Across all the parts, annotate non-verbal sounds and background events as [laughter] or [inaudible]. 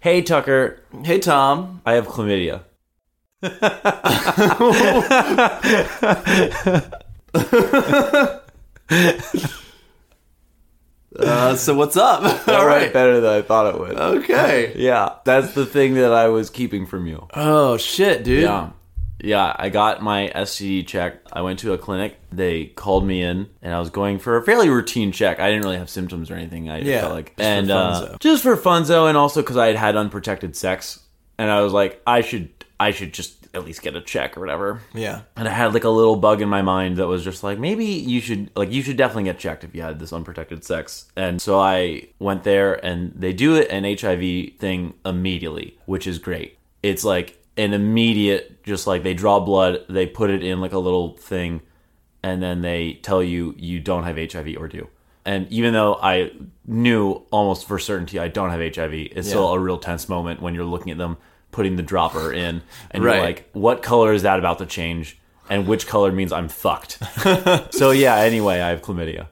Hey, Tucker, Hey, Tom. I have chlamydia. Uh, so what's up? [laughs] That All went right. Oh. better than I thought it would. Okay. yeah, that's the thing that I was keeping from you. Oh shit, dude. Yeah. [laughs] Yeah, I got my STD check. I went to a clinic. They called me in, and I was going for a fairly routine check. I didn't really have symptoms or anything. I Yeah, felt like, just for and uh, funzo. just for funzo, and also because I had had unprotected sex, and I was like, I should, I should just at least get a check or whatever. Yeah. And I had like a little bug in my mind that was just like, maybe you should, like, you should definitely get checked if you had this unprotected sex. And so I went there and they do it an HIV thing immediately, which is great. It's like an immediate, just like they draw blood, they put it in like a little thing, and then they tell you you don't have HIV or do. And even though I knew almost for certainty I don't have HIV, it's still a real tense moment when you're looking at them putting the dropper in and Right. you're like, what color is that about to change? And which color means I'm [laughs] fucked. so yeah, anyway, I have chlamydia.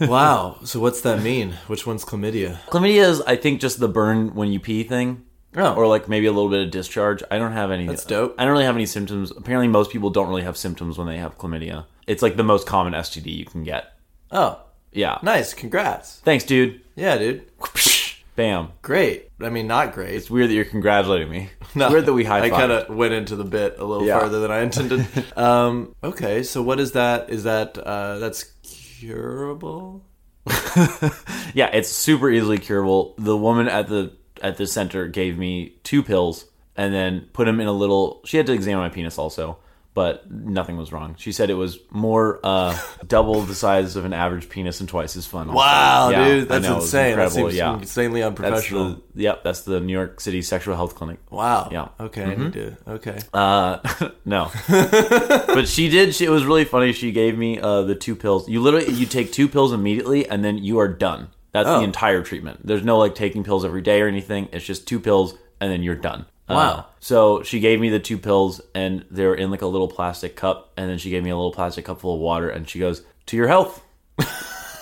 Wow. So what's that mean? Which one's chlamydia? Chlamydia is I think just the burn when you pee thing. Oh. Or like maybe a little bit of discharge. I don't have any That's dope. I don't really have any symptoms. Apparently most people don't really have symptoms when they have chlamydia. It's like the most common STD you can get. Oh, Yeah. nice. Congrats. Thanks, dude. [laughs] Yeah, dude. Bam. Great. I mean, not great. It's weird that you're congratulating me. it's weird that we high I five. kind of went into the bit a little Yeah. farther than [laughs] I intended. um, okay. So what is that? Is that uh, that's curable? [laughs] Yeah, it's super easily curable. The woman at the at the center gave me two pills and then put them in a little. She had to examine my penis also, but nothing was wrong. She said it was more [laughs] uh, double the size of an average penis and twice as fun. also. Wow, Yeah, I dude, that's know, it was insane. That incredible, seems yeah. insanely That's unprofessional. the yep. That's the New York City Sexual Health Clinic. Wow. Yeah. Mm-hmm. Okay. I need to. Okay. Uh, [laughs] no, but she did. She, it was really funny. She gave me uh, the two pills. You literally you take two pills immediately, and then you are done. That's Oh. the entire treatment. There's no like taking pills every day or anything. It's just two pills, and then you're done. Uh, Wow. so she gave me the two pills, and they were in like a little plastic cup, and then she gave me a little plastic cup full of water, and she goes, "To your health, [laughs]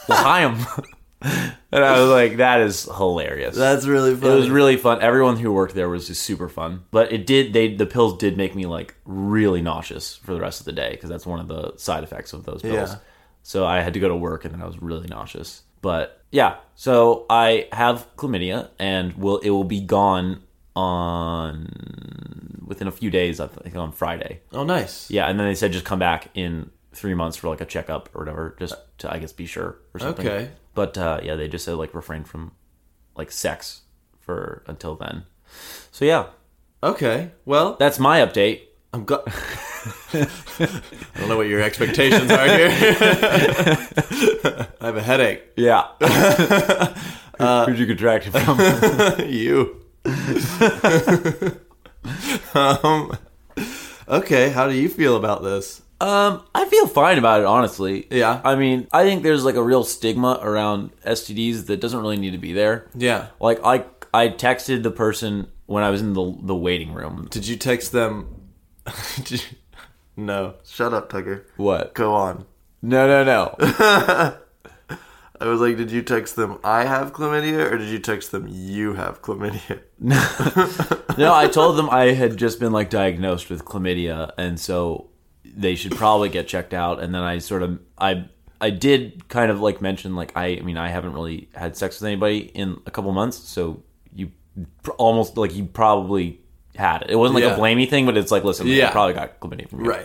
L'chaim." [laughs] and I was like, "That is hilarious." That's really It funny. was really fun. Everyone who worked there was just super fun. But it did they the pills did make me like really nauseous for the rest of the day because that's one of the side effects of those pills. Yeah. So I had to go to work and then I was really nauseous. But yeah, so I have chlamydia and will it will be gone on within a few days I think on Friday. oh, nice. Yeah, and then they said just come back in 3 months for like a checkup or whatever just to I guess be sure or something. Okay. But uh, yeah, they just said like refrain from like sex for until then. So yeah, Okay. Well, that's my update. I'm glad. [laughs] I don't know what your expectations are here. [laughs] I have a headache. [laughs] [laughs] Yeah. Who'd you contract it from? you. [laughs] um, okay. How do you feel about this? [laughs] um, I feel fine about it, honestly. Yeah. I mean, I think there's like a real stigma around STDs that doesn't really need to be there. Yeah. Like I, I texted the person when I was in the the waiting room. Did you text them? [laughs] Did you- No. Shut up, Tucker. What? Go on. No, no, no. I was like, did you text them I have chlamydia or did you text them you have chlamydia? [laughs] [laughs] no, I told them I had just been like diagnosed with chlamydia, and so they should probably get checked out. And then I sort of I I did kind of like mention like I I mean I haven't really had sex with anybody in a couple months, so you pr- almost like you probably had it. It wasn't like Yeah. a blamey thing, but it's like listen, yeah. Yeah. I probably got chlamydia from you.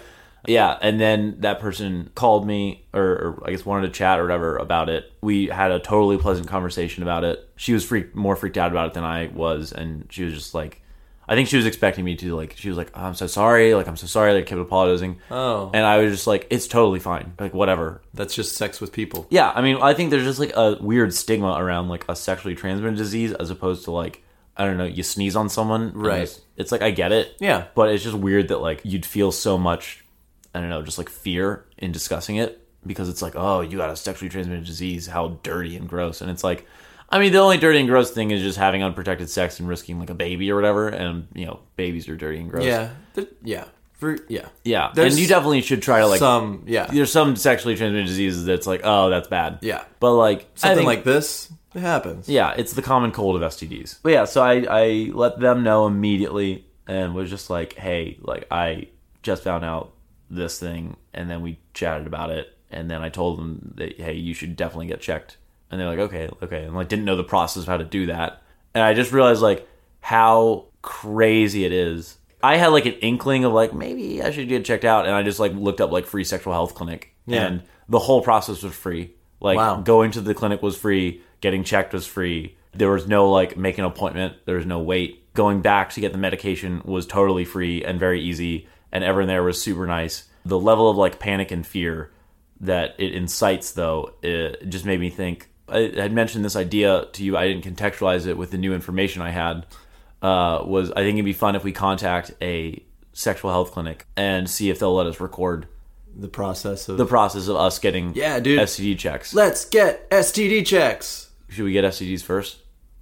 Yeah, and then that person called me, or, or I guess wanted to chat or whatever about it. We had a totally pleasant conversation about it. She was freaked, more freaked out about it than I was, and she was just like, I think she was expecting me to like. She was like, "Oh, "I'm so sorry, like I'm so sorry," like kept apologizing. Oh. and I was just like, "It's totally fine, like whatever." That's just sex with people. Yeah, I mean, I think there's just like a weird stigma around like a sexually transmitted disease as opposed to like I don't know, you sneeze on someone, and Right. It's, it's like I get it. Yeah. But it's just weird that like you'd feel so much I don't know, just like fear in discussing it because it's like, oh, you got a sexually transmitted disease, how dirty and gross. And it's like I mean, the only dirty and gross thing is just having unprotected sex and risking like a baby or whatever, and you know, babies are dirty and gross. Yeah. Th- Yeah. For, yeah. Yeah. There's and you definitely should try to like Some, yeah. there's some sexually transmitted diseases that's like, oh, that's bad. Yeah. But like I Something think- like this. It happens. Yeah, it's the common cold of STDs. But yeah, so I, I let them know immediately and was just like, hey, like I just found out this thing. And then we chatted about it. And then I told them that, hey, you should definitely get checked. And they're like, okay, okay. And like, didn't know the process of how to do that. And I just realized like how crazy it is. I had like an inkling of like, maybe I should get checked out. And I just like looked up like free sexual health clinic. Yeah. And the whole process was free. Like, Wow. going to the clinic was free getting checked was free there was no like make an appointment there was no wait going back to get the medication was totally free and very easy and everyone there was super nice the level of like panic and fear that it incites though it just made me think i had mentioned this idea to you i didn't contextualize it with the new information i had uh, was i think it'd be fun if we contact a sexual health clinic and see if they'll let us record The process of the process of us getting Yeah, dude. STD checks. Let's get STD checks. Should we get STDs first?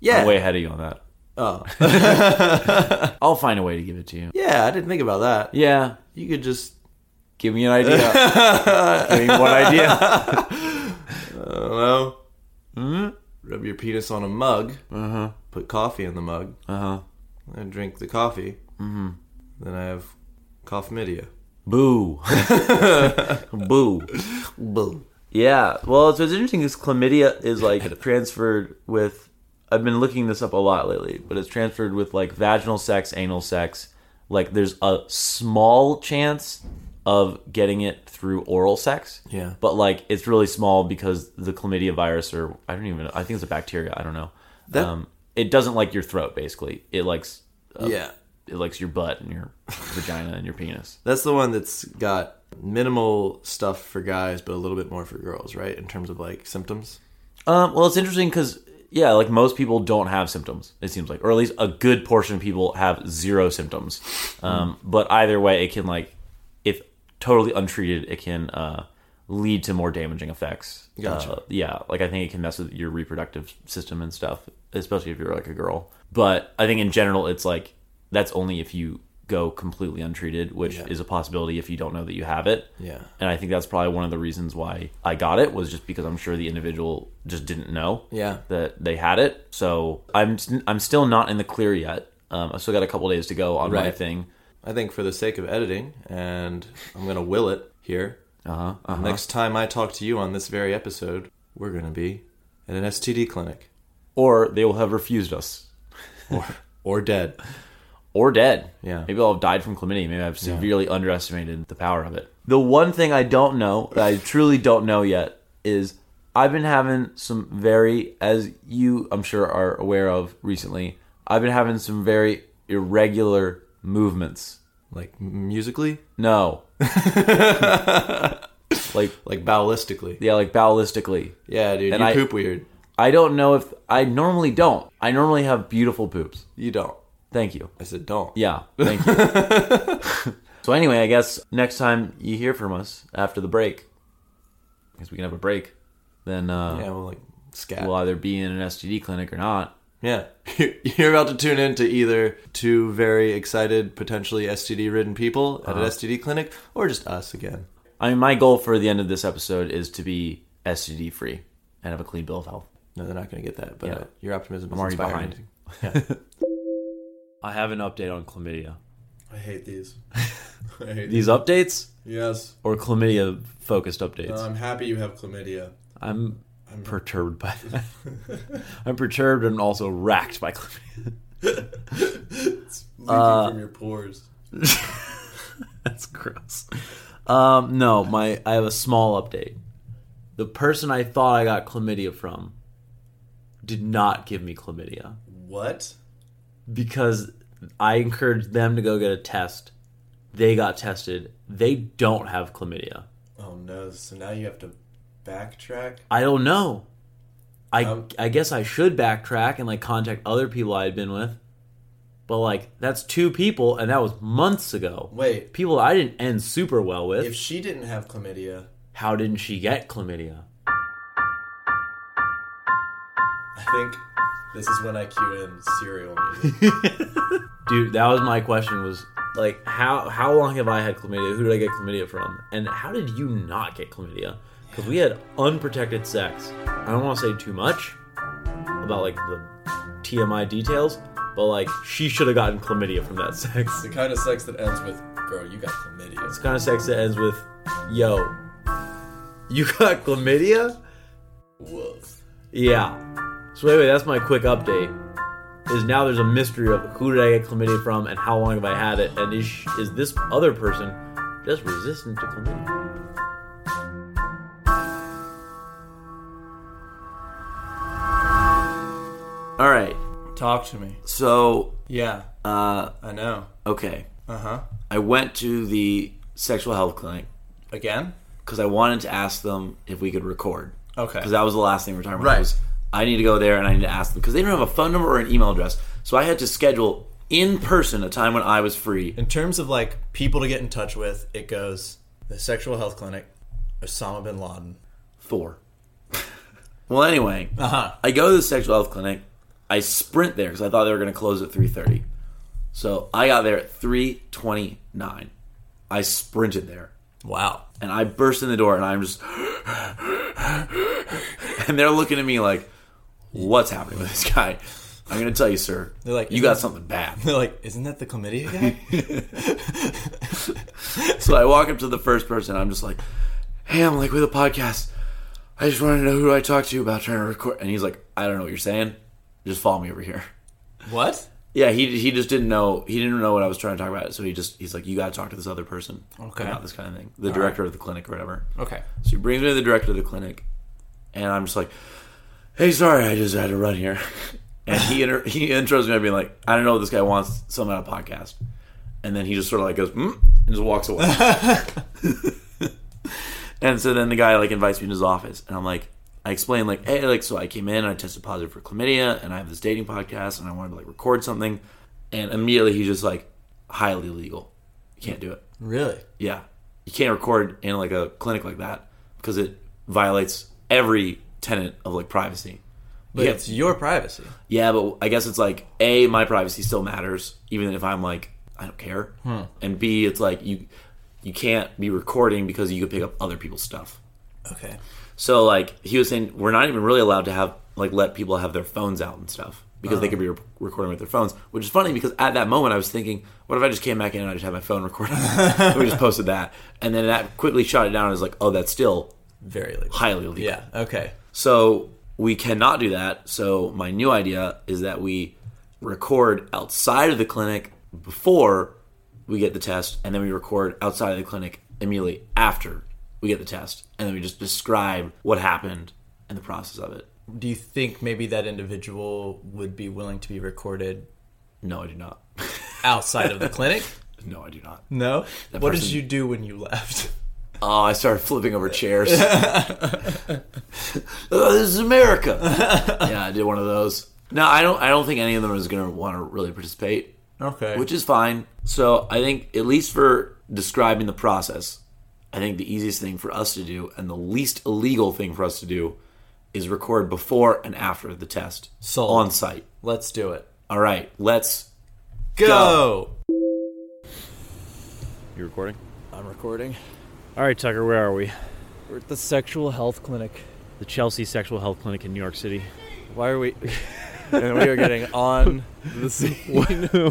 Yeah. I'm way ahead of you on that. Oh. [laughs] I'll find a way to give it to you. yeah, I didn't think about that. Yeah. You could just Give me an idea. give me one idea. I don't know. Hmm? Rub your penis on a mug. Put coffee in the mug. Uh huh. I drink the coffee. Mm-hmm. Then I have cough media. Boo. [laughs] Boo. Boom. Yeah. Well, it's, it's interesting because chlamydia [laughs] is like transferred with. I've been looking this up a lot lately, but it's transferred with like vaginal sex, anal sex. Like there's a small chance of getting it through oral sex. Yeah. But like it's really small because the chlamydia virus or I don't even I think it's a bacteria, I don't know. That- um it doesn't like your throat basically. It likes uh, Yeah. it likes your butt and your [laughs] vagina and your penis. That's the one that's got minimal stuff for guys, but a little bit more for girls, right? In terms of like symptoms. Um, well, it's interesting because yeah, like most people don't have symptoms. It seems like, or at least a good portion of people have zero symptoms. Um, Hmm. But either way, it can like, if totally untreated, it can uh, lead to more damaging effects. Gotcha. Uh, yeah, like I think it can mess with your reproductive system and stuff, especially if you're like a girl. But I think in general, it's like that's only if you go completely untreated, which is a possibility if you don't know that you have it Yeah. and I think that's probably one of the reasons why I got it was just because I'm sure the individual just didn't know Yeah. that they had it. So I'm I'm still not in the clear yet. Um, I still got a couple days to go on my Right. thing. I think for the sake of editing, and I'm going to will it here. Uh-huh, uh-huh. Next time I talk to you on this very episode, we're going to be at an STD clinic Or they will have refused us or, [laughs] or dead. or dead. Yeah. Maybe I'll have died from chlamydia. Maybe I've severely underestimated the power of it. The one thing I don't know that I truly don't know yet is I've been having some very, as you I'm sure are aware of recently, I've been having some very irregular movements. Like musically? No. [laughs] like Like ballistically. yeah, like ballistically. Yeah, dude, And you I- poop weird. I don't know if I normally don't. I normally have beautiful poops. You don't. Thank you. I said don't. Yeah, thank you. [laughs] so anyway, I guess next time you hear from us after the break, because we can have a break, then uh, Yeah, well, like scat. we'll either be in an STD clinic or not. yeah, [laughs] you're about to tune in to either two very excited, potentially STD-ridden people at an Uh-huh. STD clinic, or just us again. I mean, my goal for the end of this episode is to be STD free and have a clean bill of health. No, they're not going to get that. But Yeah. uh, your optimism I'm is already inspiring. behind. I have an update on chlamydia. I hate these. [laughs] I [laughs] hate These updates Yes, or chlamydia focused updates? I'm happy you have chlamydia. Uh, I'm, perturbed by that. [laughs] I'm perturbed and also racked by chlamydia. Leaking Uh, from your pores. [laughs] That's gross. Um, no, my I have a small update. The person I thought I got chlamydia from did not give me chlamydia What? because I encouraged them to go get a test. They got tested. They don't have chlamydia. Oh no! So now you have to backtrack. I don't know. I Um, I guess I should backtrack and like contact other people I had been with. But like that's two people and that was months ago. Wait, People I didn't end super well with. if she didn't have chlamydia, How didn't she get chlamydia? [laughs] I think this is when I cue in serial music. Dude, that was my question was like how how long have I had chlamydia? Who did I get chlamydia from? And how did you not get chlamydia? Cuz we had unprotected sex. I don't want to say too much, about like the TMI details, but like she should have gotten chlamydia from that [laughs] sex. The kind of sex that ends with, girl, you got It's chlamydia. the kind of sex that ends with, yo, you got chlamydia? Woof. Yeah. So anyway, that's my quick update. Is now there's a mystery of who did I get chlamydia from and how long have I had it, and is sh- is this other person just resistant to chlamydia? All right. Talk to me. So, Yeah, uh, I know. okay, Uh huh. I went to the sexual health clinic Again? because I wanted to ask them if we could record. Okay. because that was the last thing retirement Right. was. I need to go there and I need to ask them because they don't have a phone number or an email address. So I had to schedule in person a time when I was free. In terms of like people to get in touch with, it goes the sexual health clinic, Osama bin Laden. Four. [laughs] well, anyway, Uh huh. I go to the sexual health clinic. I sprint there because I thought they were going to close at three thirty. So I got there at three twenty nine. I sprinted there Wow. [laughs] and I burst in the door and I'm just, [laughs] and they're looking at me like, "What's happening with this guy?" I'm going to tell you, sir. They're like, "You got something bad." They're like, isn't that the chlamydia [laughs] guy? So I walk up to the first person. I'm just like, "Hey, I'm like with a podcast. I just wanted to know who I talked to about trying to record." And he's like, "I don't know what you're saying. Just follow me over here." what? Yeah, he he just didn't know he didn't know what I was trying to talk about. So he just he's like, "You got to talk to this other person Okay. about this kind of thing." The director of the clinic or whatever. Okay. So he brings me to the director of the clinic, and I'm just like, "Hey, sorry, I just had to run here." [laughs] And he inter- he intros me by being like, "I don't know what this guy wants. Some out of podcast." And then he just sort of like goes mm, and just walks away. and so then the guy like invites me into his office, and I'm like, I explain like, "Hey, like, so I came in, and I tested positive for chlamydia, and I have this dating podcast, and I wanted to like record something." And immediately he's just like, "Highly illegal. You can't do it." [laughs] Really? Yeah. You can't record in like a clinic like that because it violates every tenet of like privacy. But Yeah. it's your privacy. Yeah, but I guess it's like A, my privacy still matters, even if I'm like, I don't care. Hmm. And B, it's like you you can't be recording because you could pick up other people's stuff. Okay. So like he was saying we're not even really allowed to have like let people have their phones out and stuff because they could be re- recording with their phones, which is funny because at that moment I was thinking, what if I just came back in and I just had my phone recording? [laughs] we just posted that, and then that quickly shot it down. and was like, oh, that's still Very legal. highly illegal. Yeah. Okay. So we cannot do that. So my new idea is that we record outside of the clinic before we get the test, and then we record outside of the clinic immediately after we get the test, and then we just describe what happened and the process of it. Do you think maybe that individual would be willing to be recorded No, I do not. [laughs] outside of the clinic? no, I do not. [laughs] No. what did person- you do when you left? [laughs] Oh, I started flipping over chairs. [laughs] oh, this is America. yeah, I did one of those. No, I don't. I don't think any of them is going to want to really participate. Okay. which is fine. So I think at least for describing the process, I think the easiest thing for us to do and the least illegal thing for us to do is record before and after the test Sold. on site. Let's do it. All right, let's. Go. You recording? I'm recording. All right, Tucker, where are we? We're at the sexual health clinic. The Chelsea Sexual Health Clinic in New York City. [laughs] Why are we? [laughs] and we are getting on the scene.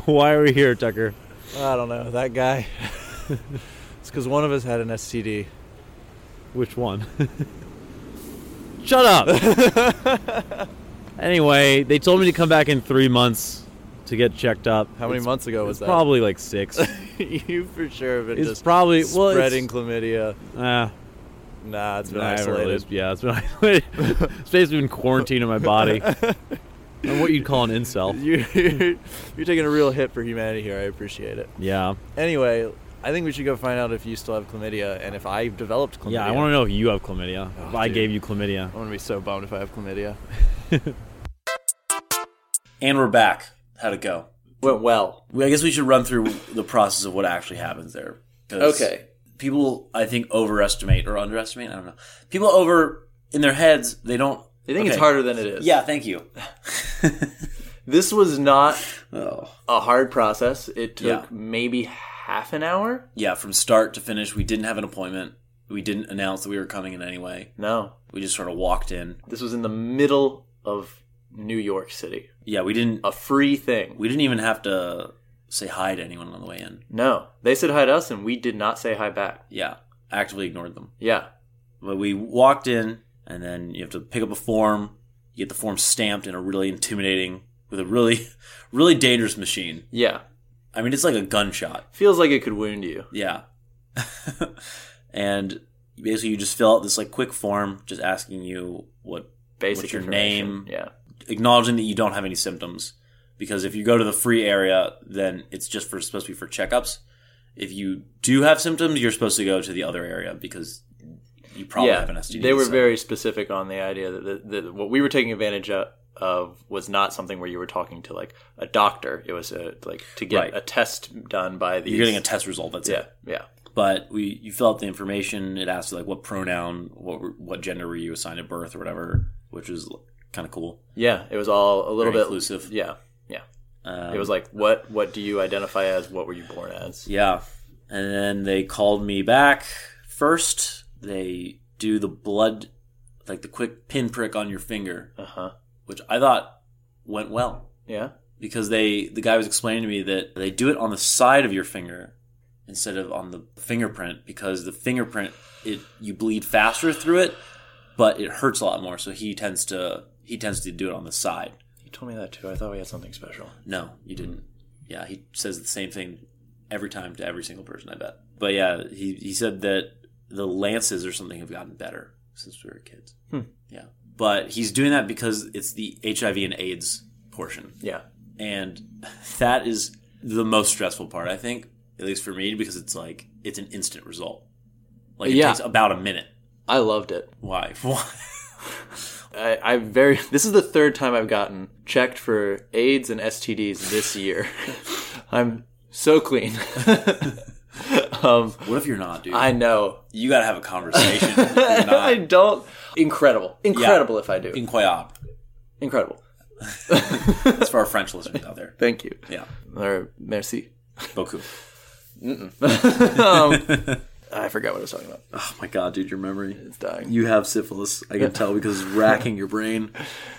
Why are we here, Tucker? I don't know that guy. [laughs] it's because one of us had an STD. Which one? [laughs] Shut up! [laughs] anyway, they told me to come back in three months to get checked up. How many It's- months ago was it's that? Probably like six. [laughs] you for sure have been it's just probably well, it's- spreading chlamydia. Uh, Nah, it's been I haven't isolated. [laughs] really- yeah, it's been [laughs] isolated. it's basically been quarantined in my [laughs] body. I'm what you'd call an incel. You, you're, you're taking a real hit for humanity here. I appreciate it. Yeah, Anyway, I think we should go find out if you still have chlamydia and if I've developed chlamydia. yeah. I want to know if you have chlamydia. Oh, If I dude. gave you chlamydia. I'm gonna be so bummed if I have chlamydia. And we're back. How'd it go? Went well. Well, I guess we should run through the process of what actually happens there. 'cause Okay. People, I think, overestimate or underestimate. I don't know. People over in their heads, they don't. They think it's Okay. harder than it is. Yeah, thank [sighs] you. This was not Oh. a hard process. It took Yeah. maybe half an hour. Yeah, from start to finish, we didn't have an appointment. We didn't announce that we were coming in anyway. No, We just sort of walked in. this was in the middle of New York City. Yeah, we didn't. A free thing. We didn't even have to say hi to anyone on the way in. No, they said hi to us, and we did not say hi back. Yeah, actively ignored them. Yeah, But we walked in, and then you have to pick up a form. You get the form stamped in a really intimidating, with a really, [laughs] really dangerous machine. yeah. I mean, it's like a gunshot. Feels like it could wound you. Yeah. [laughs] and basically, you just fill out this like quick form, just asking you what, Basic what's your information. name, Yeah, acknowledging that you don't have any symptoms. Because if you go to the free area, then it's just for supposed to be for checkups. If you do have symptoms, you're supposed to go to the other area because you probably have an yeah. STD. They were so- very specific on the idea that, that, that what we were taking advantage of. Of was not something where you were talking to like a doctor. It was a, like to get Right. a test done by the. You're getting a test result. That's Yeah, it. yeah, But we, you fill out the information. It asks like what pronoun, what were- what gender were you assigned at birth or whatever, which is kind of cool. yeah. It was all a little Very bit inclusive. Yeah, yeah. Um, it was like what what do you identify as? What were you born as? Yeah. And then they called me back first. They do the blood, like the quick pinprick on your finger, Uh huh. which I thought went well Yeah. because they, the guy was explaining to me that they do it on the side of your finger instead of on the fingerprint because the fingerprint, it, you bleed faster through it, but it hurts a lot more. So he tends to, he tends to do it on the side. You told me that too. I thought we had something special. No, you didn't. Yeah, he says the same thing every time to every single person, I bet. But yeah, he, he said that the lances or something have gotten better since we were kids. Hmm. Yeah. But he's doing that because it's the HIV and AIDS portion. Yeah. And that is the most stressful part, I think, at least for me, because it's like, it's an instant result. Like, it Yeah. takes about a minute. I loved it. Why? [laughs] Why? I, I very. [laughs] This is the third time I've gotten checked for AIDS and STDs this year. [laughs] I'm so clean. um, What if you're not, dude? [laughs] I [laughs] know. you got to have a conversation. If you're [laughs] I not. don't. Incredible. Incredible. If I do. Incroyable. incredible. That's for our French listeners out there. Thank you. Yeah. Or merci. Boku. Um, [laughs] I forgot what I was talking about. Oh my god, dude, your memory. It's dying. You have syphilis. I can tell because [laughs] it's racking your brain.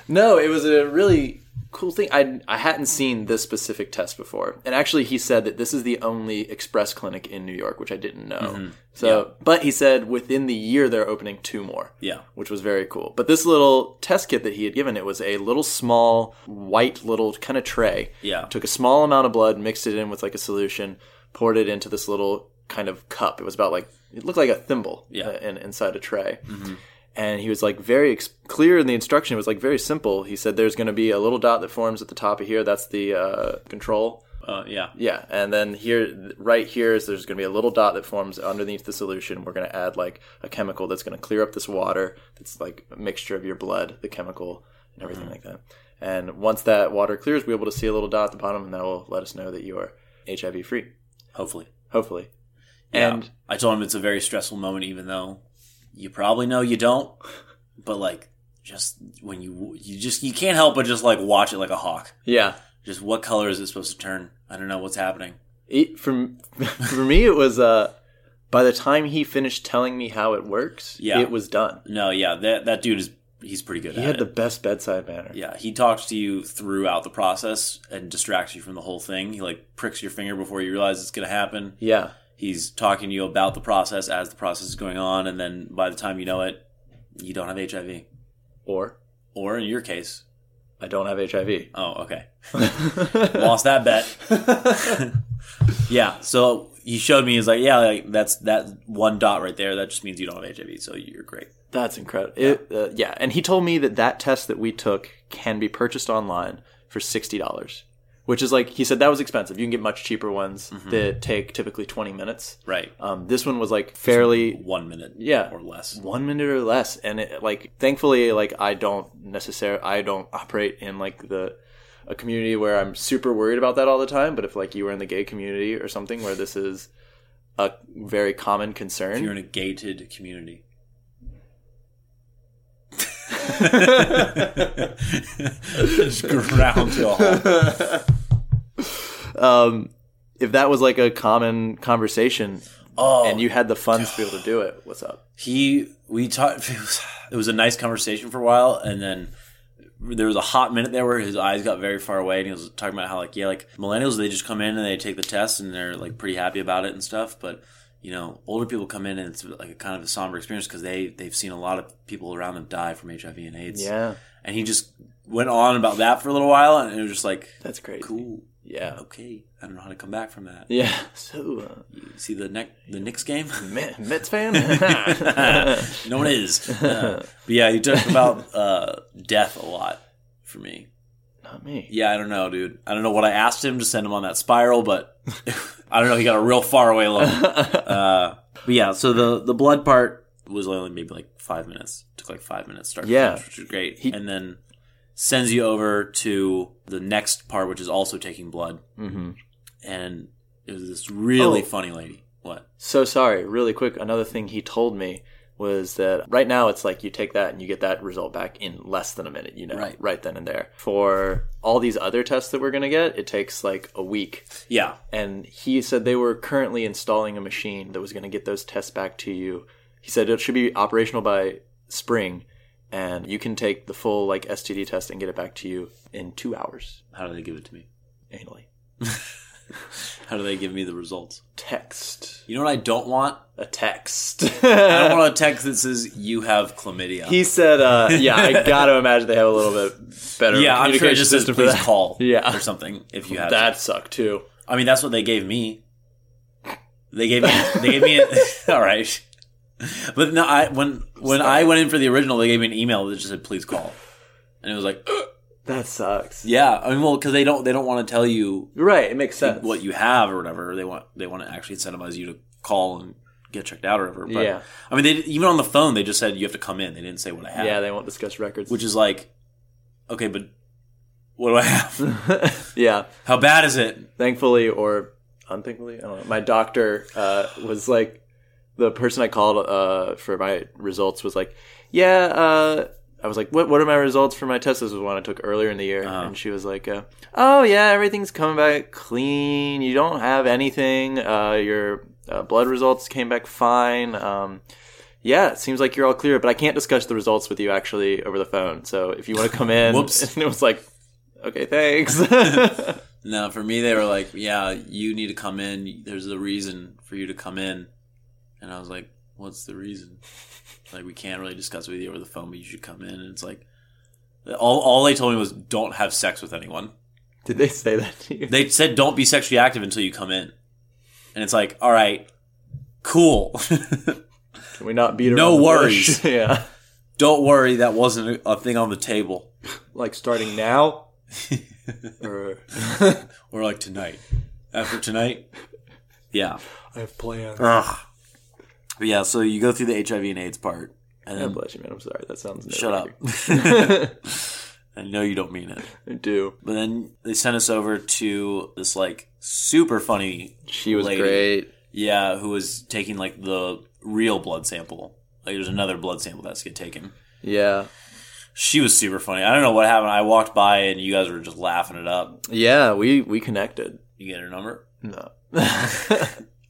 No, it was a really cool thing. I I hadn't seen this specific test before, and actually, he said that this is the only express clinic in New York, which I didn't know. Mm-hmm. So, but he said within the year they're opening two more. Yeah. which was very cool. But this little test kit that he had given it was a little small white little kind of tray. Yeah. took a small amount of blood, mixed it in with like a solution, poured it into this little kind of cup. It was about like it looked like a thimble. Yeah. uh, in, inside a tray and he was like very ex- clear in the instruction. It was like very simple. He said there's going to be a little dot that forms at the top of here. That's the uh, control. Uh, yeah. Yeah, and then here, right here is there's going to be a little dot that forms underneath the solution. We're going to add like a chemical that's going to clear up this water. That's like a mixture of your blood, the chemical, and everything Mm-hmm. like that. And once that water clears, we'll be able to see a little dot at the bottom, and that will let us know that you are HIV free, Hopefully. hopefully. And I told him it's a very stressful moment, even though you probably know you don't. But like, just when you you just you can't help but just like watch it like a hawk. Yeah, Just what color is it supposed to turn? I don't know what's happening. it, for [laughs] for me it was uh by the time he finished telling me how it works Yeah. it was done No, yeah, that that dude is he's pretty good he at had it. the best bedside manner Yeah, he talks to you throughout the process and distracts you from the whole thing. He like pricks your finger before you realize it's going to happen. yeah he's talking to you about the process as the process is going on and then by the time you know it you don't have hiv or or in your case i don't have hiv oh okay [laughs] lost that bet yeah so he showed me he's like yeah like, that's that one dot right there that just means you don't have hiv so you're great that's incredible it, uh, yeah and he told me that that test that we took can be purchased online for $60 which is like he said that was expensive you can get much cheaper ones that take typically 20 minutes Mm-hmm. right uh, um, this one was like fairly one minute Yeah. or less one minute or less and it, like thankfully like i don't necessarily i don't operate in like the a community where i'm super worried about that all the time but if like you were in the gay community or something where this is a very common concern you're in a gated [laughs] community [laughs] just ground to a halt. [laughs] um if that was like a common conversation Oh, and you had the funds to be able to do [sighs] it what's up [laughs] he we talked it was, it was a nice conversation for a while and then there was a hot minute there where his eyes got very far away, and he was talking about how like yeah, like millennials they just come in and they take the test and they're like pretty happy about it and stuff, but you know older people come in and it's like a kind of a somber experience because they they've seen a lot of people around them die from HIV and AIDS. Yeah, and he just went on about that for a little while, and it was just like that's crazy. cool. Yeah, Okay, I don't know how to come back from that. yeah. So, uh, You see the neck, the Knicks game. [laughs] [laughs] Met, Mets fan. no one is. Uh, but yeah, he talked about uh, death a lot for me. [laughs] Not me. Yeah, I don't know, dude. I don't know what I asked him to send him on that spiral, but [laughs] I don't know. He got a real far away [laughs] look. Uh, but yeah, so the the blood part was only maybe like five minutes. Took like five minutes. to Start to Yeah. finish, which is great. and then sends you over to the next part, which is also taking blood. Mm-hmm. And it was this really Oh. funny lady. What? So sorry. Really quick, another thing he told me was that right now it's like you take that and you get that result back in less than a minute. You know, Right. then and there. For all these other tests that we're gonna get, it takes like a week. Yeah, And he said they were currently installing a machine that was gonna get those tests back to you. He said it should be operational by spring, and you can take the full like STD test and get it back to you in two hours how do they give it to me? anally. How do they give me the results? Text. You know what I don't want? A text. [laughs] I don't want a text that says you have chlamydia. He said, uh, [laughs] "Yeah, I gotta imagine they have a little bit better yeah, I'm sure it communication just says system for please that. call, [laughs] Yeah. or something. If you have that, That sucked too. I mean, that's what they gave me. They gave me. They gave me. A, [laughs] all right, but no, I when when I went in for the original, they gave me an email that just said please call, and it was like, [clears throat] That sucks. yeah, I mean, well, because they don't they don't want to tell you Right, it makes sense. what you have or whatever. They want they want to actually incentivize you to call and get checked out or whatever. But, Yeah. I mean, they even on the phone they just said you have to come in. They didn't say what I had. yeah, they won't discuss records. which is like, okay, but what do I have? [laughs] [laughs] yeah, How bad is it? thankfully or unthankfully, I don't know. My doctor uh, was like, the person I called uh, for my results was like, "Yeah." Uh, I was like, "What? What are my results for my test?" This was one I took earlier in the year, and she was like, uh, "Oh yeah, everything's coming back clean. You don't have anything. Uh, your uh, blood results came back fine." Um, yeah, it seems like you're all clear, but I can't discuss the results with you actually over the phone. So if you want to come in, Whoops. [laughs] and it was like, okay, thanks. No, for me, they were like, yeah, you need to come in. There's a reason for you to come in. And I was like, what's the reason? Like, we can't really discuss with you over the phone, but you should come in. And it's like, all, all they told me was don't have sex with anyone. Did they say that to you? They said don't be sexually active until you come in. And it's like, all right, cool. [laughs] Can we not beat around No the worries. bush? [laughs] yeah. don't worry, that wasn't a, a thing on the table. Like [laughs] starting now? or Or like tonight. After tonight? Yeah. I have plans. Ugh. But yeah, so you go through the HIV and AIDS part. And God then bless you, man. I'm sorry. That sounds Shut up. nerve-wracking. [laughs] I know you don't mean it. I do. But then they sent us over to this like super funny She was lady. great. Yeah, who was taking like the real blood sample. Like there's another blood sample that's get taken. Yeah. She was super funny. I don't know what happened. I walked by and you guys were just laughing it up. Yeah, we we connected. You get her number? No. [laughs]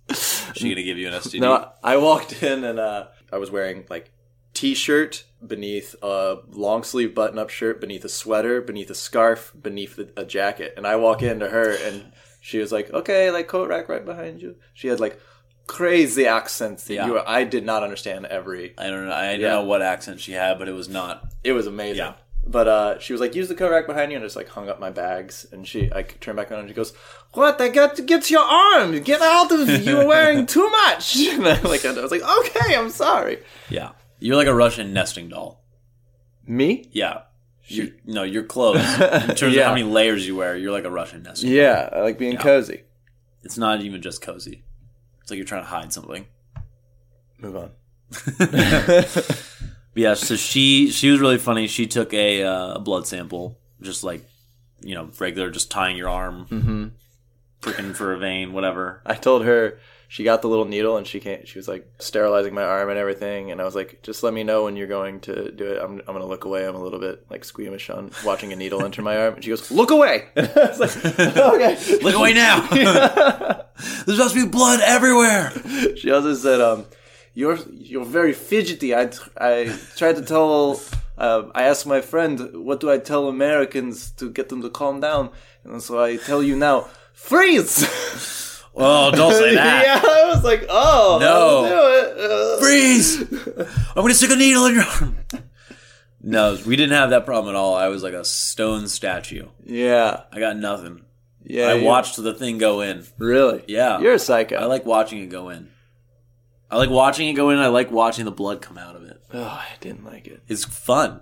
Is she gonna give you an STD? no, I walked in and uh I was wearing like t-shirt beneath a long sleeve button-up shirt beneath a sweater beneath a scarf beneath a, a jacket and i walk into her and she was like okay like coat rack right behind you she had like crazy accents that Yeah. you were, i did not understand every I don't know. I don't Yeah. know what accent she had, but it was not. it was amazing Yeah. but uh, she was like use the coat rack behind you and I just like hung up my bags and she i turned back on and she goes what i got to get your arm get out of you were wearing too much [laughs] and I, like i was like okay i'm sorry Yeah, you're like a Russian nesting doll. me Yeah. You're, no, you're close. In terms of Yeah. how many layers you wear, you're like a Russian nest. Yeah, I like being cozy. It's not even just cozy. It's like you're trying to hide something. Move on. [laughs] But yeah, so she she was really funny. She took a uh, blood sample, just like you know, regular, just tying your arm, pricking for a vein, whatever. I told her she got the little needle and she came. She was like sterilizing my arm and everything, and I was like, "Just let me know when you're going to do it. I'm, I'm gonna look away. I'm a little bit like squeamish on watching a needle enter my arm." And she goes, "Look away." [laughs] I was like, "Okay." Look away now! [laughs] There's supposed to be blood everywhere. She also said, um, "You're you're very fidgety. I I tried to tell Um, I asked my friend, what do I tell Americans to get them to calm down? And so I tell you now, freeze! [laughs] Oh, don't say that. yeah, I was like, oh, No. no. Freeze! I'm gonna stick a needle in your arm. No, we didn't have that problem at all. I was like a stone statue. Yeah, I got nothing. yeah. I you- watched the thing go in. Really? Yeah. You're a psycho. I like watching it go in. I like watching it go in. I like watching the blood come out of it. oh, I didn't like it. It's fun.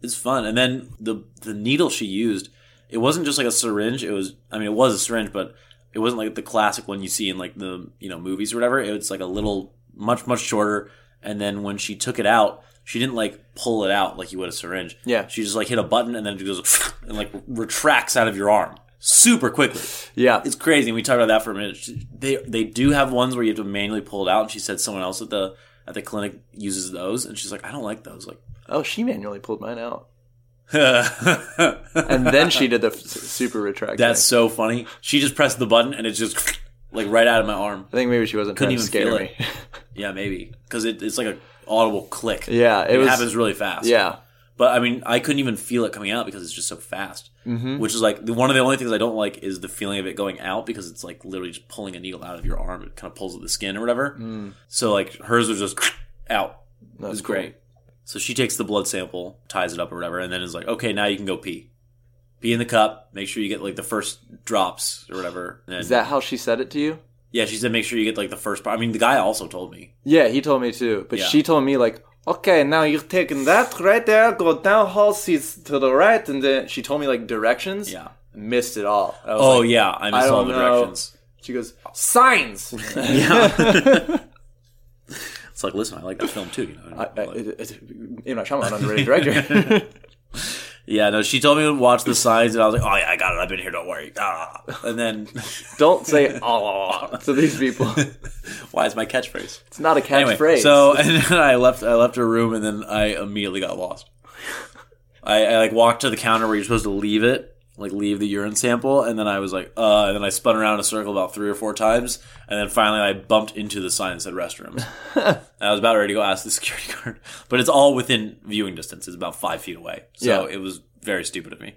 It's fun. And then the the needle she used, it wasn't just like a syringe. It was, I mean, it was a syringe, but it wasn't like the classic one you see in like the you know movies or whatever. It was like a little, much much shorter. And then when she took it out, she didn't like pull it out like you would a syringe. Yeah. she just like hit a button and then it goes [laughs] and like retracts out of your arm super quickly. Yeah. It's crazy. And we talked about that for a minute. She- They they do have ones where you have to manually pull it out. And she said someone else at the at the clinic uses those, and she's like, I don't like those. Like, [laughs] Oh, she manually pulled mine out. that's And [laughs] then she did the f- super retract. thing. so funny. She just pressed the button, and it just like right out of my arm. I think maybe she wasn't Couldn't trying to even scare me. [laughs] feel Yeah, maybe because it, it's like a audible click. yeah, it, It, was. happens really fast. yeah, But I mean, I couldn't even feel it coming out because it's just so fast. Mm-hmm. Which is like the- one of the only things I don't like is the feeling of it going out because it's like literally just pulling a needle out of your arm. It kind of pulls at the skin or whatever. So like hers was just [clears throat] out. It was great. So she takes the blood sample, ties it up or whatever, and then is like, okay, now you can go pee. Pee in the cup. Make sure you get like the first drops or whatever. And then, Is that how she said it to you? yeah, she said make sure you get like the first part. I mean, the guy also told me. Yeah, he told me too. But Yeah. she told me like, okay, now you're taking that right there, go down hall seats to the right, and then she told me like directions. Yeah. missed it all. I was Oh like- yeah, I missed I all don't the know. directions. She goes signs. [laughs] Yeah. it's like, listen, I like that film too. You know. I, I, it, it, you know, Shyamalan underrated director. [laughs] yeah, no, she told me to watch the signs, and I was like, oh yeah, I got it. I've been here. Don't worry. Ah. And then, [laughs] Don't say oh to these people. why is my catchphrase? It's not a Anyway, catchphrase. so [laughs] and then I left. I left her room, and then I immediately got lost. I, I like walked to the counter where you're supposed to leave it, like leave the urine sample, and then I was like, uh, and then I spun around in a circle about three or four times, and then finally I bumped into the sign that said restrooms. And I was about ready to go ask the [laughs] security guard, but it's all within viewing distance. It's about five feet away, so Yeah. it was very stupid of me.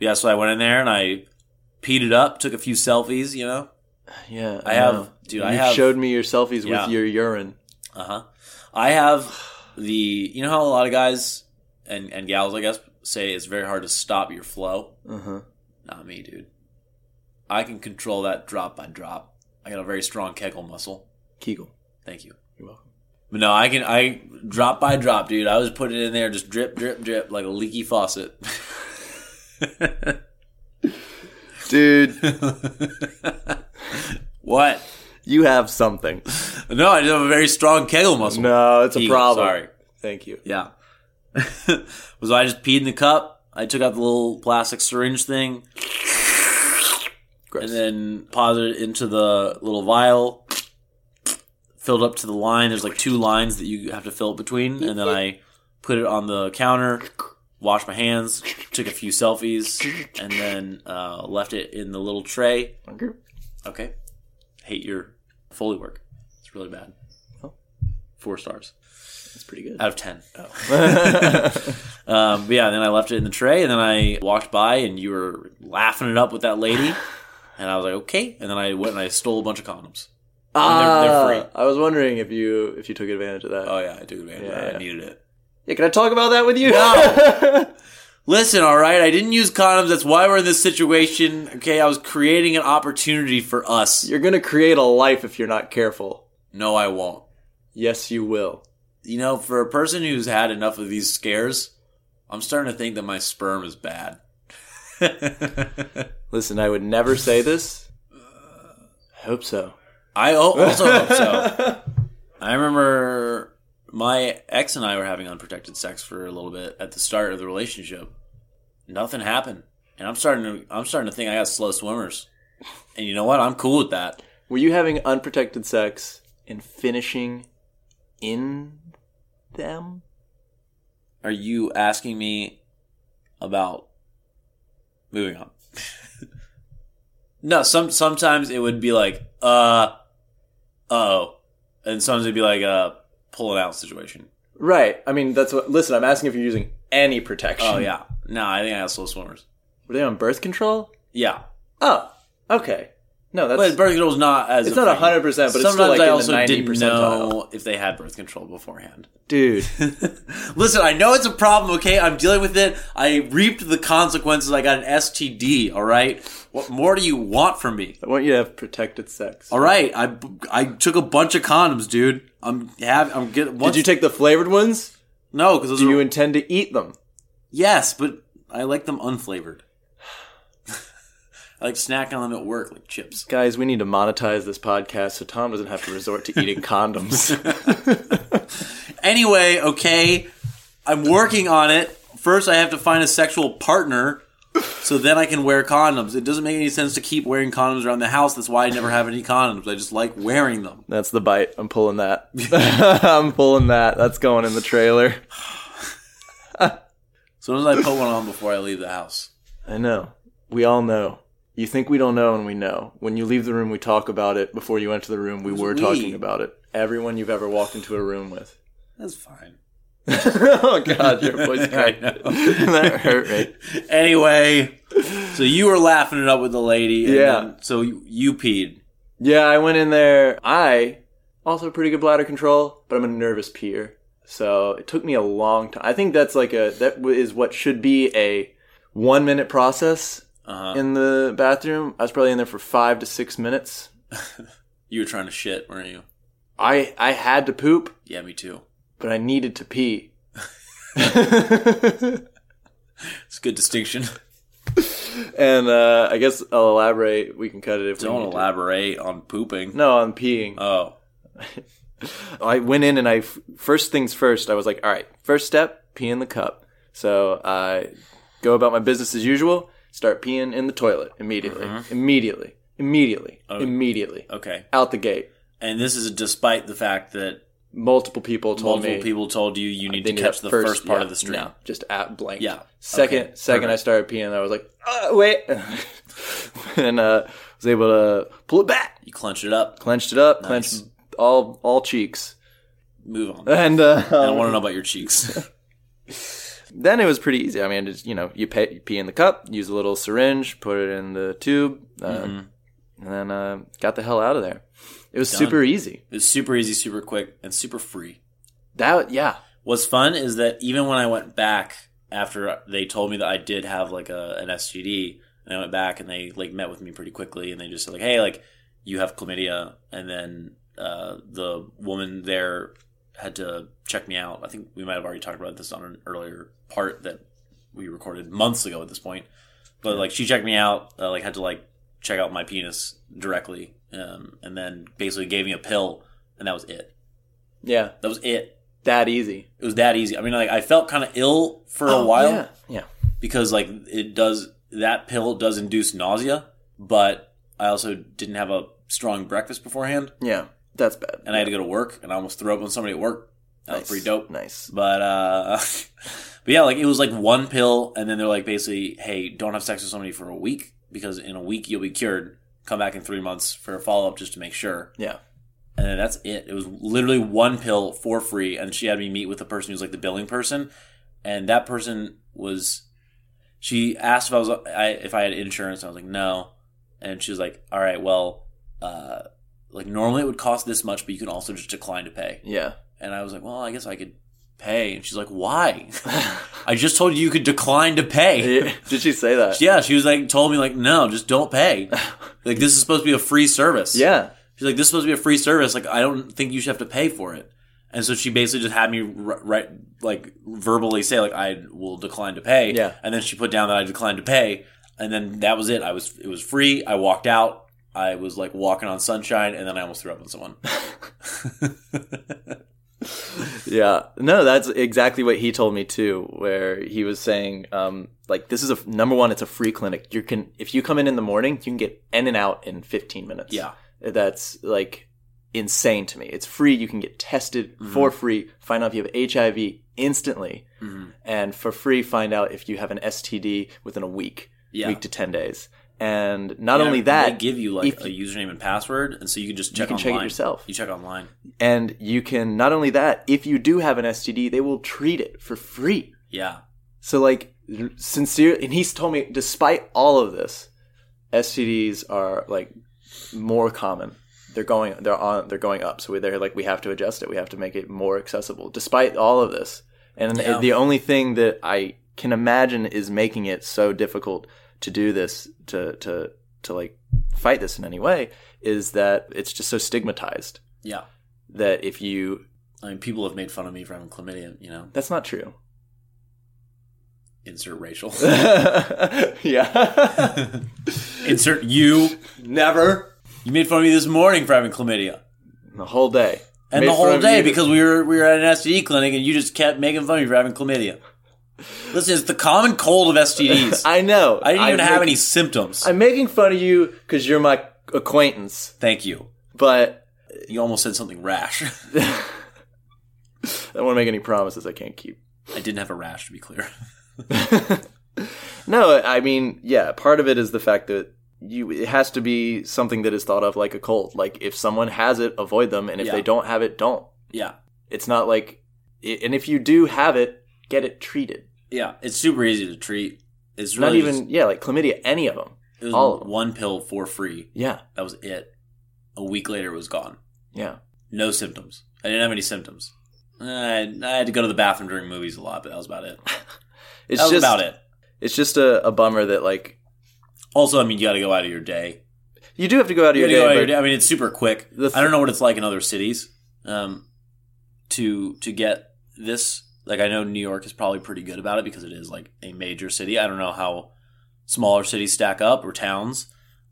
Yeah, so I went in there and I peed it up, took a few selfies. You know, [laughs] yeah, I have, know. dude, I you have showed me your selfies Yeah. with your urine. uh huh. I have the you know how a lot of guys and and gals I guess say it's very hard to stop your flow. Uh-huh. Not me, dude. I can control that drop by drop. I got a very strong kegel muscle. Kegel. Thank you. You're welcome. But no, I can I drop by drop, dude. I was putting it in there, just drip, drip, drip, like a leaky faucet. Dude, [laughs] what? [laughs] you have something. No, I just have a very strong kegel muscle. No, it's a Kegel, problem. Sorry. Thank you. Yeah. [laughs] so I just peed in the cup. I took out the little plastic syringe thing. Gross. And then deposited it into the little vial. Filled up to the line. There's like two lines that you have to fill it between. And then I put it on the counter, washed my hands, took a few selfies, and then uh, left it in the little tray. Okay. Okay. Hate your Foley work. It's really bad. Four stars That's pretty good. out of ten. [laughs] um, but yeah, then I left it in the tray, and then I walked by, and you were laughing it up with that lady, and I was like, okay. And then I went and I stole a bunch of condoms. And they're- they're free. Uh, I was wondering if you if you took advantage of that. Oh yeah, I took advantage. of that. Yeah. I needed it. yeah, can I talk about that with you? Listen, all right, I didn't use condoms. That's why we're in this situation. Okay, I was creating an opportunity for us. [laughs] You're gonna create a life if you're not careful. No, I won't. Yes, you will. You know, for a person who's had enough of these scares, I'm starting to think that my sperm is bad. [laughs] Listen, I would never say this. I hope so. I [laughs] al- also hope so. I remember my ex and I were having unprotected sex for a little bit at the start of the relationship. Nothing happened, and I'm starting to I'm starting to think I got slow swimmers. And you know what? I'm cool with that. Were you having unprotected sex and finishing in them? Are you asking me about moving on? [laughs] no, some sometimes it would be like uh oh, and sometimes it'd be like a pull it uh, out situation. Right. I mean, that's what. Listen, I'm asking if you're using any protection. Oh yeah. No, I think I have slow swimmers. Were they on birth control? Yeah, Oh, okay. No, that's but birth control's not as it's not effective. 100, percent but it's Sometimes still like I in also the 90 didn't percentile. know if they had birth control beforehand. [laughs] Dude, Listen, I know it's a problem, okay? I'm dealing with it. I reaped the consequences. I got an STD, all right? What more do you want from me? [laughs] I want you to have protected sex. All right, I, I took a bunch of condoms, dude. I'm have I'm getting Did you take the flavored ones? No, cuz those Do are you intend to eat them? Yes, but I like them unflavored. [laughs] I like snacking on them at work like chips. Guys, we need to monetize this podcast so Tom doesn't have to resort to [laughs] eating condoms. Anyway, okay, I'm working on it. First, I have to find a sexual partner so then I can wear condoms. It doesn't make any sense to keep wearing condoms around the house. That's why I never have any condoms. I just like wearing them. That's the bite. I'm pulling that. [laughs] I'm pulling that. That's going in the trailer. As soon as I put one on before I leave the house. I know. We all know. You think we don't know, and we know. When you leave the room, we talk about it. Before you enter the room, we were we? talking about it. Everyone you've ever walked into a room with. That's fine. oh God, your voice cracked. [laughs] that hurt me. [laughs] Anyway, so you were laughing it up with the lady. and Yeah. then- so you, you peed. Yeah, I went in there. I also have pretty good bladder control, but I'm a nervous peer, so it took me a long time. I think that's like a that w- is what should be a one minute process Uh-huh. in the bathroom. I was probably in there for five to six minutes. You were trying to shit, weren't you? I I had to poop, Yeah, me too. but I needed to pee. It's a good distinction. [laughs] [laughs] And uh, I guess I'll elaborate. We can cut it if we Don't need to. elaborate on pooping. No, I'm peeing. Oh, I went in and I first things first. I was like, all right, first step, pee in the cup. So I go about my business as usual. Start peeing in the toilet immediately, Mm-hmm. immediately, immediately, Oh. immediately, okay. out the gate. And this is despite the fact that Multiple people told multiple me people told you you need they to need catch the that first, part yeah, of the stream. no, just at blank. Yeah. Second, Okay, second, I started peeing. And I was like, oh, wait, [laughs] and uh, was able to pull it back, You clench it up, clenched it up, Nice. clenched all all cheeks, [laughs] move on. and uh, I want to know about your cheeks. [laughs] then it was pretty easy. I mean, just you know, you pee, you pee in the cup, use a little syringe, put it in the tube, uh, Mm-hmm. and then uh, got the hell out of there. It was super easy. it's super easy, super quick, and super free. That yeah, What's fun is that even when I went back after they told me that I did have like a, an STD, and I went back and they like met with me pretty quickly, and they just said like, "Hey, like you have chlamydia," and then uh, the woman there had to check me out. I think we might have already talked about this on an earlier part that we recorded months ago at this point, but like she checked me out, uh, like had to like check out my penis directly, um, and then basically gave me a pill, and that was it. yeah, That was it that easy it was that easy. I mean, like I felt kind of ill for a while Oh, Yeah, yeah. because like it does that pill does induce nausea, but I also didn't have a strong breakfast beforehand, yeah. That's bad. and I had to go to work, and I almost threw up on somebody at work. That was pretty dope. Nice. But uh, [laughs] but yeah, like it was like one pill, and then they're like basically, hey, don't have sex with somebody for a week because in a week you'll be cured. Come back in three months for a follow up just to make sure. Yeah. And then that's it. It was literally one pill for free, and she had me meet with the person who's like the billing person, and that person was. She asked if I was I, if I had insurance, and I was like no, and she was like, all right, well, uh, like normally it would cost this much, but you can also just decline to pay. Yeah. And I was like, well, I guess I could pay. And she's like, why? I just told you you could decline to pay. Yeah. [laughs] Did she say that? Yeah, she was like, told me like, no, just don't pay. Like this is supposed to be a free service. Yeah. she's like, this is supposed to be a free service. Like I don't think you should have to pay for it. And so she basically just had me ri- right, like verbally say like I will decline to pay. Yeah. and then she put down that I declined to pay, and then that was it. I was it was free. I walked out. I was like walking on sunshine, and then I almost threw up on someone. Yeah. No, that's exactly what he told me too, where he was saying, um, like this is a number one, it's a free clinic. You can if you come in in the morning, you can get in and out in 15 minutes. Yeah. That's like insane to me. It's free. You can get tested Mm-hmm. for free, find out if you have HIV instantly, Mm-hmm. and for free find out if you have an STD within a week, Yeah. week to 10 days. And not Yeah, only that, they give you like if a username and password, and so you can just check can online. check it yourself. You check online. and you can not only that, if you do have an STD, they will treat it for free. Yeah, So like sincere and he's told me despite all of this, STDs are like more common. They're going they're on they're going up. So they're like we have to adjust it. We have to make it more accessible despite all of this. And Yeah. the only thing that I can imagine is making it so difficult to do this to to to like fight this in any way is that it's just so stigmatized yeah. that if you I mean, people have made fun of me for having chlamydia. You know, that's not true. insert racial, [laughs] yeah. [laughs] insert you. Never. You made fun of me this morning for having chlamydia, The whole day. and Made the whole fun of day you. because we were we were at an STD clinic, and you just kept making fun of me for having chlamydia. Listen, it's the common cold of STDs. I, [laughs] [laughs] I know. didn't even I'm have mak- any symptoms. I'm making fun of you because you're my acquaintance, Thank you. [laughs] but You almost said something rash. [laughs] I don't want to make any promises I can't [laughs] keep. I didn't have a rash, to be clear. [laughs] No, I mean, yeah. Part of it is the fact that you it has to be something that is thought of like a cult. Like if someone has it, avoid them, and if Yeah. they don't have it, don't. Yeah. It's not like, i- and if you do have it, get it treated. Yeah, it's super easy to treat. It's Not really even just- yeah, like chlamydia, any of them. it was all of 'em. one pill for free. Yeah, That was it. A week later, it was gone. yeah. No symptoms. I didn't have any symptoms. I, I had to go to the bathroom during movies a lot, but that was about it. It's that was just about it. It's just a, a bummer that like Also, I mean, you got to go out of your day. you do have to go out of You your got to go out of day. your but- day. I mean, it's super quick. The th- I don't know what it's like in other cities. Um, to to get this, like, I know New York is probably pretty good about it because it is like a major city. I don't know how smaller cities stack up or towns,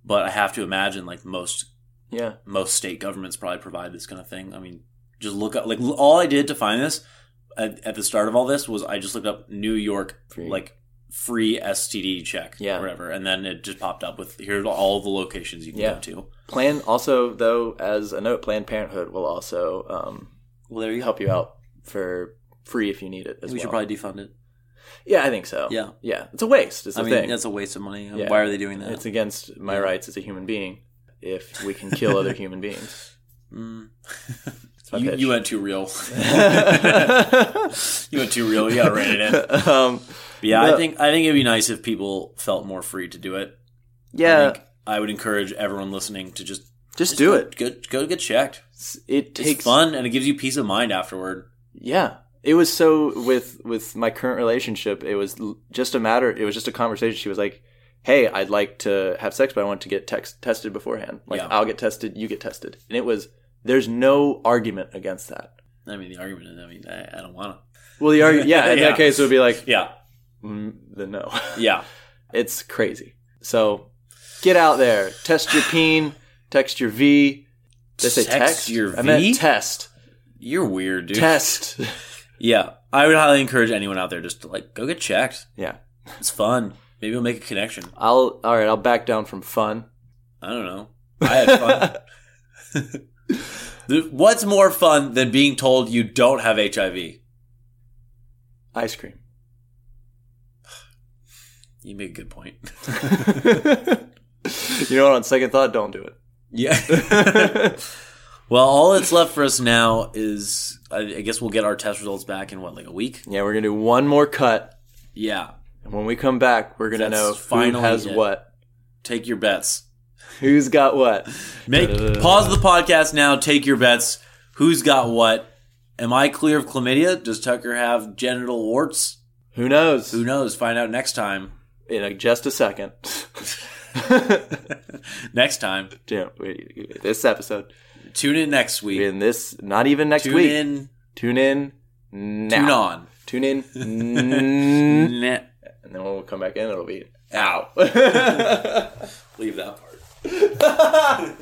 but I have to imagine like most Yeah. most state governments probably provide this kind of thing. I mean, just look up like l- all I did to find this at, at the start of all this was I just looked up New York Free. like free STD check, Yeah. or whatever, and then it just popped up with here's all the locations you can Yeah. go to. Plan also though, as a note, Planned Parenthood will also um, Well, there you help you out for free if you need it as We well. should probably defund it. yeah, I think so. Yeah. yeah. It's a waste. It's I the mean, thing. that's a waste of money. Yeah. Why are they doing that? it's against my rights as a human being if we can kill [laughs] other human beings. [laughs] Mm. my you, pitch. you [laughs] went too real. you went too real. You got ran [laughs] it in. But [laughs] um, yeah, I No. think I think it'd be nice if people felt more free to do it. I yeah, think I would encourage everyone listening to just just do go- it. Go go get checked. It It's takes fun and it gives you peace of mind afterward. yeah it was so with with my current relationship it was l- just a matter it was just a conversation she was like hey i'd like to have sex but i want to get text, tested beforehand like Yeah. i'll get tested you get tested and it was there's no argument against that I mean, the argument. is, I mean, I, I don't want to. well the argument yeah in Yeah. that case it would be like Yeah, [laughs] mm, the no [laughs] yeah, it's crazy so get out there test your peen text your v they say Text text, your I meant V? [laughs] test you're weird, dude. test [laughs] Yeah, I would highly encourage anyone out there just to like go get checked. yeah It's fun. Maybe we'll make a connection. i'll all right i'll back down from fun I don't know. I had fun. The- What's more fun than being told you don't have HIV? ice cream You make a good point. [laughs] You know what? On second thought, don't do it. Yeah. [laughs] well, all that's left for us now is I, I guess we'll get our test results back in what, like a week? Yeah, we're gonna do one more cut, Yeah. and when we come back, we're gonna That's know who finally has it. what, Take your bets. who's got what. Make pause the podcast now. Take your bets. Who's got what? Am I clear of chlamydia? Does Tucker have genital warts? Who knows? Who knows? Find out next time. [laughs] In a, just a second. [laughs] next time. Damn, wait, this episode, Tune in next week. in this, not even next Tune week. in. Tune in now. Tune on. Tune [laughs] in. n- Nah. and then when we come back in, it'll be [laughs] Ow. Leave that part.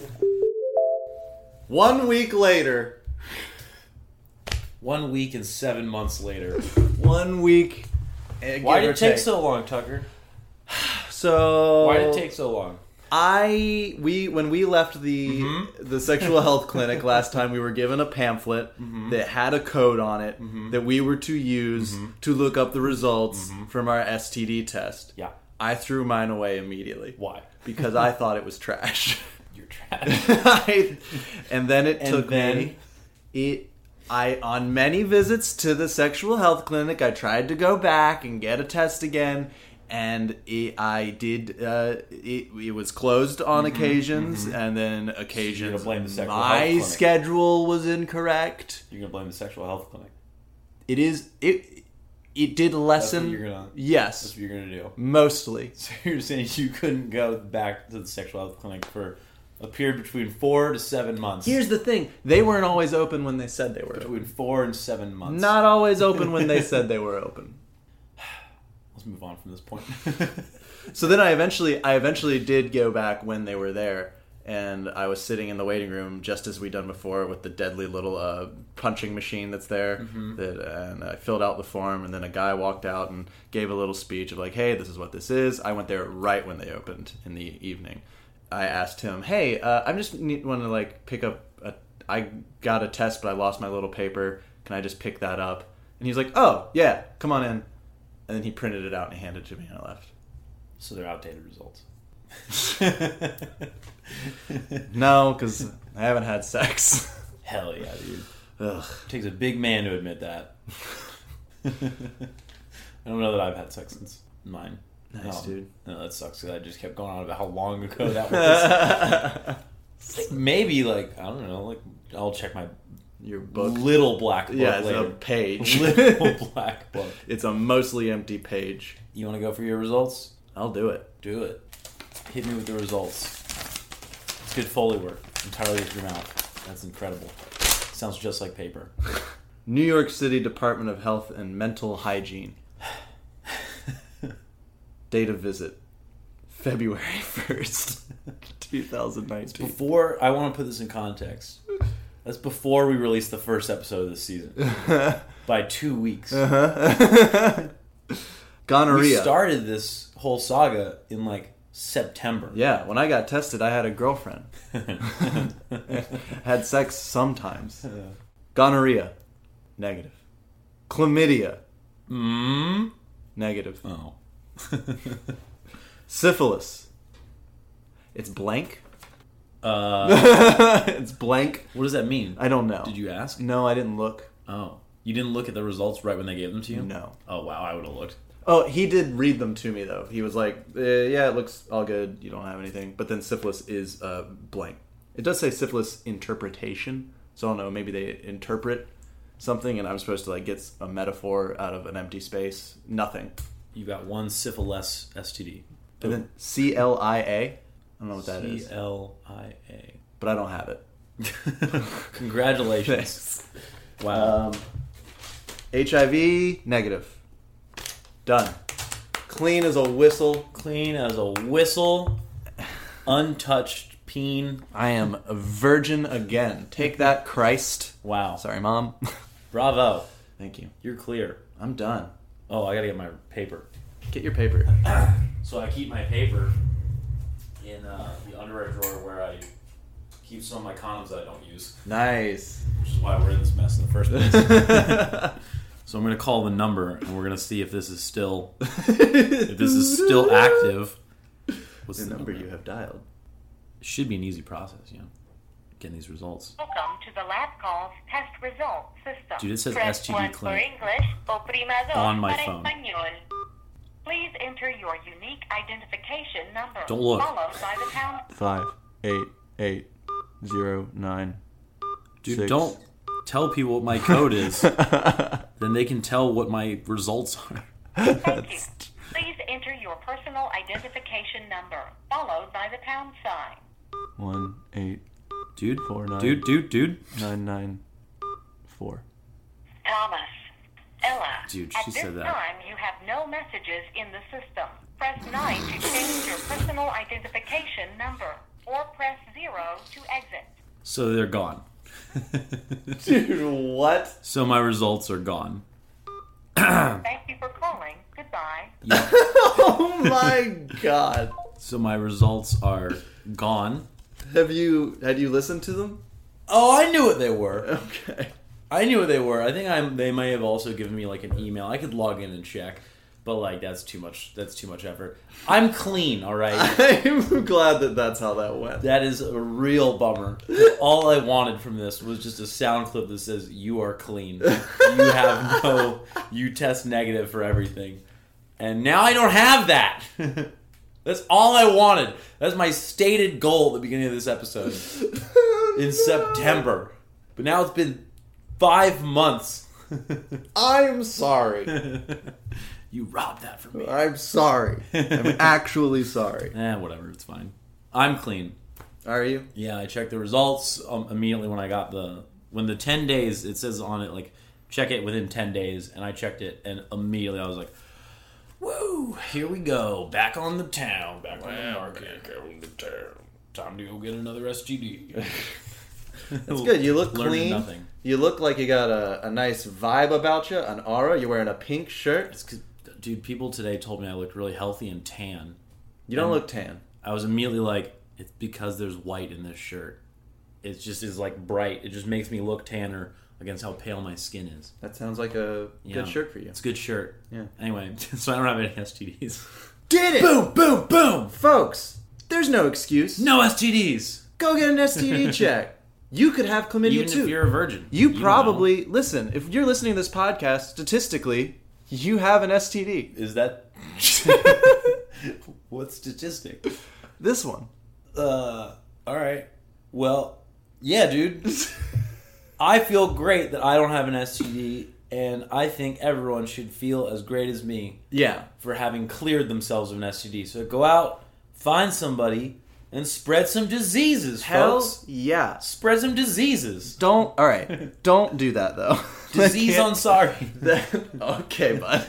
One week later, One week and seven months later. one week. eh, Why give did or it take take. so long, Tucker? So Why did it take [sighs] so long? I we when we left the the sexual health clinic last time we were given a pamphlet that had a code on it that we were to use to look up the results from our STD test. Yeah. I threw mine away immediately. Why? Because I thought it [laughs] was trash. [laughs] You're trash. I- [laughs] and then it took then- me it I on many visits to the sexual health clinic I tried to go back and get a test again and it, I did uh, it, it was closed on Mm-hmm, occasions and then occasions blame the sexual health my clinic. schedule was incorrect You're gonna blame the sexual health clinic. it is it it did lessen you're gonna- That's yes what you're gonna do. [laughs] mostly So you're saying you couldn't go back to the sexual health clinic for a period between four to seven months. here's the thing they weren't always open when they said they were open. between four and seven months. not always open when they said they were open Let's move on from [laughs] this point. [laughs] So then I eventually I eventually did go back when they were there and I was sitting in the waiting room just as we done before with the deadly little uh, punching machine that's there that and I filled out the form and then a guy walked out and gave a little speech of like hey this is what this is I went there right when they opened in the evening I asked him hey uh, I just need want to like pick up a I got a test but I lost my little paper can I just pick that up and he's like oh yeah come on in and then he printed it out and handed it to me and I left so they're outdated [laughs] results. [laughs] No, because I haven't had sex. [laughs] Hell yeah, dude. Ugh. takes a big man to admit that. I don't know that I've had sex since mine. Nice, dude. No, that sucks. 'cause I just kept going on about how long ago that was. Maybe like I don't know. Like I'll check my [laughs] Your book. little black book yeah, it's a later. page. [laughs] little black book. it's a mostly empty page. You want to go for your results? I'll do it. Do it. Hit me with the results. It's good foley work, entirely with your mouth. That's incredible. Sounds just like paper. New York City Department of Health and Mental Hygiene. Date of visit February [laughs] 1st, 2019. Before I want to put this in context. That's before we released the first episode of this season by two weeks. We [laughs] Gonorrhea. started this whole saga in like September. [laughs] yeah, when I got tested, I had a girlfriend. [laughs] had sex sometimes. Gonorrhea, negative. Chlamydia, mm? negative. Oh. Syphilis, it's blank. [laughs] Uh, it's blank. what does that mean? I don't know. Did you ask? No, I didn't look. Oh, you didn't look at the results right when they gave them to you? No. Oh wow, I would have looked. Oh, he did read them to me though. He was like, eh, "Yeah, it looks all good. You don't have anything." But then syphilis is uh, blank. It does say syphilis interpretation, so I don't know. Maybe they interpret something, and I'm supposed to like get a metaphor out of an empty space. Nothing. You got one syphilis STD. And then C L I A. I don't know what that is, C L I A. but I don't have it. [laughs] [laughs] Congratulations. wow. Um, HIV negative. Done. Clean as a whistle. Clean as a whistle. Untouched peen. I am a virgin again. Take that, Christ. Wow. Sorry, mom. [laughs] Bravo. Thank you. You're clear. I'm done. Oh, I gotta get my paper. Get your paper. So I keep my paper in uh, the underwear drawer where I keep some of my condoms that I don't use, Nice. which is why we're in this mess in the first place. [laughs] so I'm gonna call the number and we're gonna see if this is still if this is still active. What's [laughs] The number you have dialed. It should be an easy process, you know, getting these results. Welcome to the lab calls test result system. Dude, it says Press STD one clinic for English, oprima dos on my para phone. español. Please enter your unique identification number. Don't look. Followed by the pound [laughs] Five, eight, eight, zero, nine. Dude, do Six. don't tell people what my code [laughs] is. then they can tell what my results are. Thank you. Please enter your personal identification number, followed by the pound sign. One, eight, Dude, Four, nine. dude, dude, dude. nine, nine, four. Thomas. Ella. Dude, At she this said that. time, you have no messages in the system. Press 9 to change your personal identification number, or press 0 to exit. So they're gone. Dude, [laughs] what? [laughs] So my results are gone. Thank you for calling. Goodbye. Oh my god. So my results are gone. Have you had you listened to them? [laughs] Oh, I knew what they were. Okay. I knew what they were. I think I'm, they may have also given me like an email. I could log in and check, But like that's too much. That's too much effort. I'm clean. [laughs] All right. I'm glad that that's how that went. [laughs] That is a real bummer. All I wanted from this was just a sound clip that says, You are clean. You have no, you test negative for everything. And now I don't have that. [laughs] That's all I wanted. That's my stated goal at the beginning of this episode in September. But now it's been five months. I'm sorry. You robbed that from me. I'm sorry. [laughs] I'm actually sorry. Eh, whatever. It's fine. I'm clean. Are you? Yeah, I checked the results um, immediately when I got the when the ten days it says on it like check it within ten days, and I checked it, and immediately I was like, "Whoa, here we go, back on the town, back on the market, back on the town. Time to go get another STD." It's good. You look Learned clean. Nothing. You look like you got a, a nice vibe about you, an aura. You're wearing a pink shirt. It's 'cause- dude, people today told me I looked really healthy and tan. You don't look tan. I was immediately like, "It's because there's white in this shirt. It just is like bright. It just makes me look tanner against how pale my skin is." That sounds like a Yeah. good shirt for you. It's a good shirt. Yeah. Anyway, [laughs] so I don't have any STDs. Did it, boom, boom, boom. folks? There's no excuse. No STDs. Go get an [laughs] STD check. You could have chlamydia Even too. if you're a virgin, you don't probably listen. If you're listening to this podcast, statistically, you have an STD. know. is that [laughs] what statistic? This [laughs] one. Uh, all right. Well, yeah, dude. I feel great that I don't have an STD, and I think everyone should feel as great as me Yeah. for having cleared themselves of an STD. So go out, find somebody, and spread some diseases, Hell folks. yeah. Spread some [laughs] diseases. Don't. All [laughs] right. Don't do that though. Disease [laughs] on sorry. [laughs] okay, bud.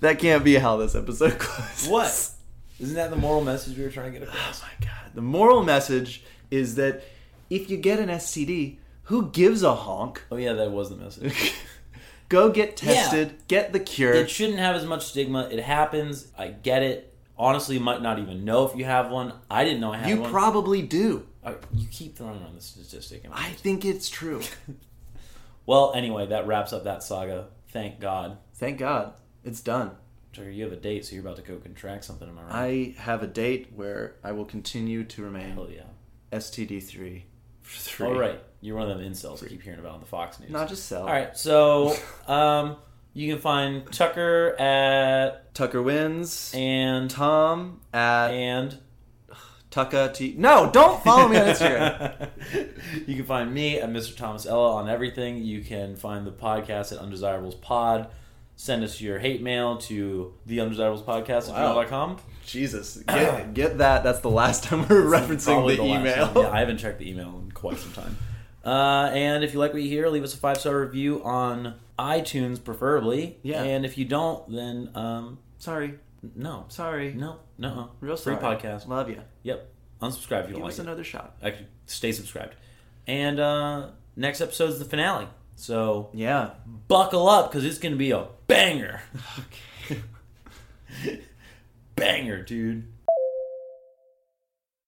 that can't be how this episode [laughs] closes. what? Isn't that the moral message we were trying to [sighs] get across? Oh My God. The moral message is that if you get an STD, who gives a honk? Oh yeah, that was [laughs] the message. Go get tested, get the cure. it shouldn't have as much stigma. It happens. I get it. Honestly, you might not even know if you have one. I didn't know I had you one. probably do. I- you keep throwing around the statistic. and- I think it's true. [laughs] Well, anyway, that wraps up that saga. Thank God. Thank God. It's done. Tucker, you have a date, so you're about to go contract something. Am I right? I have a date where I will continue to remain Hell yeah. STD3. Three. All right, you're one of them incels I keep hearing about on the Fox News. Not just sell. All right, so um, you can find Tucker at Tucker wins. and Tom at and Tucker T. No, don't follow [laughs] me on Instagram. you can find me at Mr. Thomas Ella on everything. You can find the podcast at Undesirables Pod. Send us your hate mail to the Undesirables Podcast at gmail.com. Jesus, get, get that. That's the last time we're referencing Probably the, last email. one. Yeah, I haven't checked the email in quite some time. Uh, and if you like what you hear, leave us a five star review on iTunes, preferably. Yeah. And if you don't, then um, Sorry, no. sorry. No, no. Real Free sorry. podcast. Love you. Yep. Unsubscribe if you don't Give like us it. another shot. actually stay subscribed. And uh, next episode's the finale. So Yeah. buckle up because [laughs] it's going to be a [laughs] banger. banger, dude.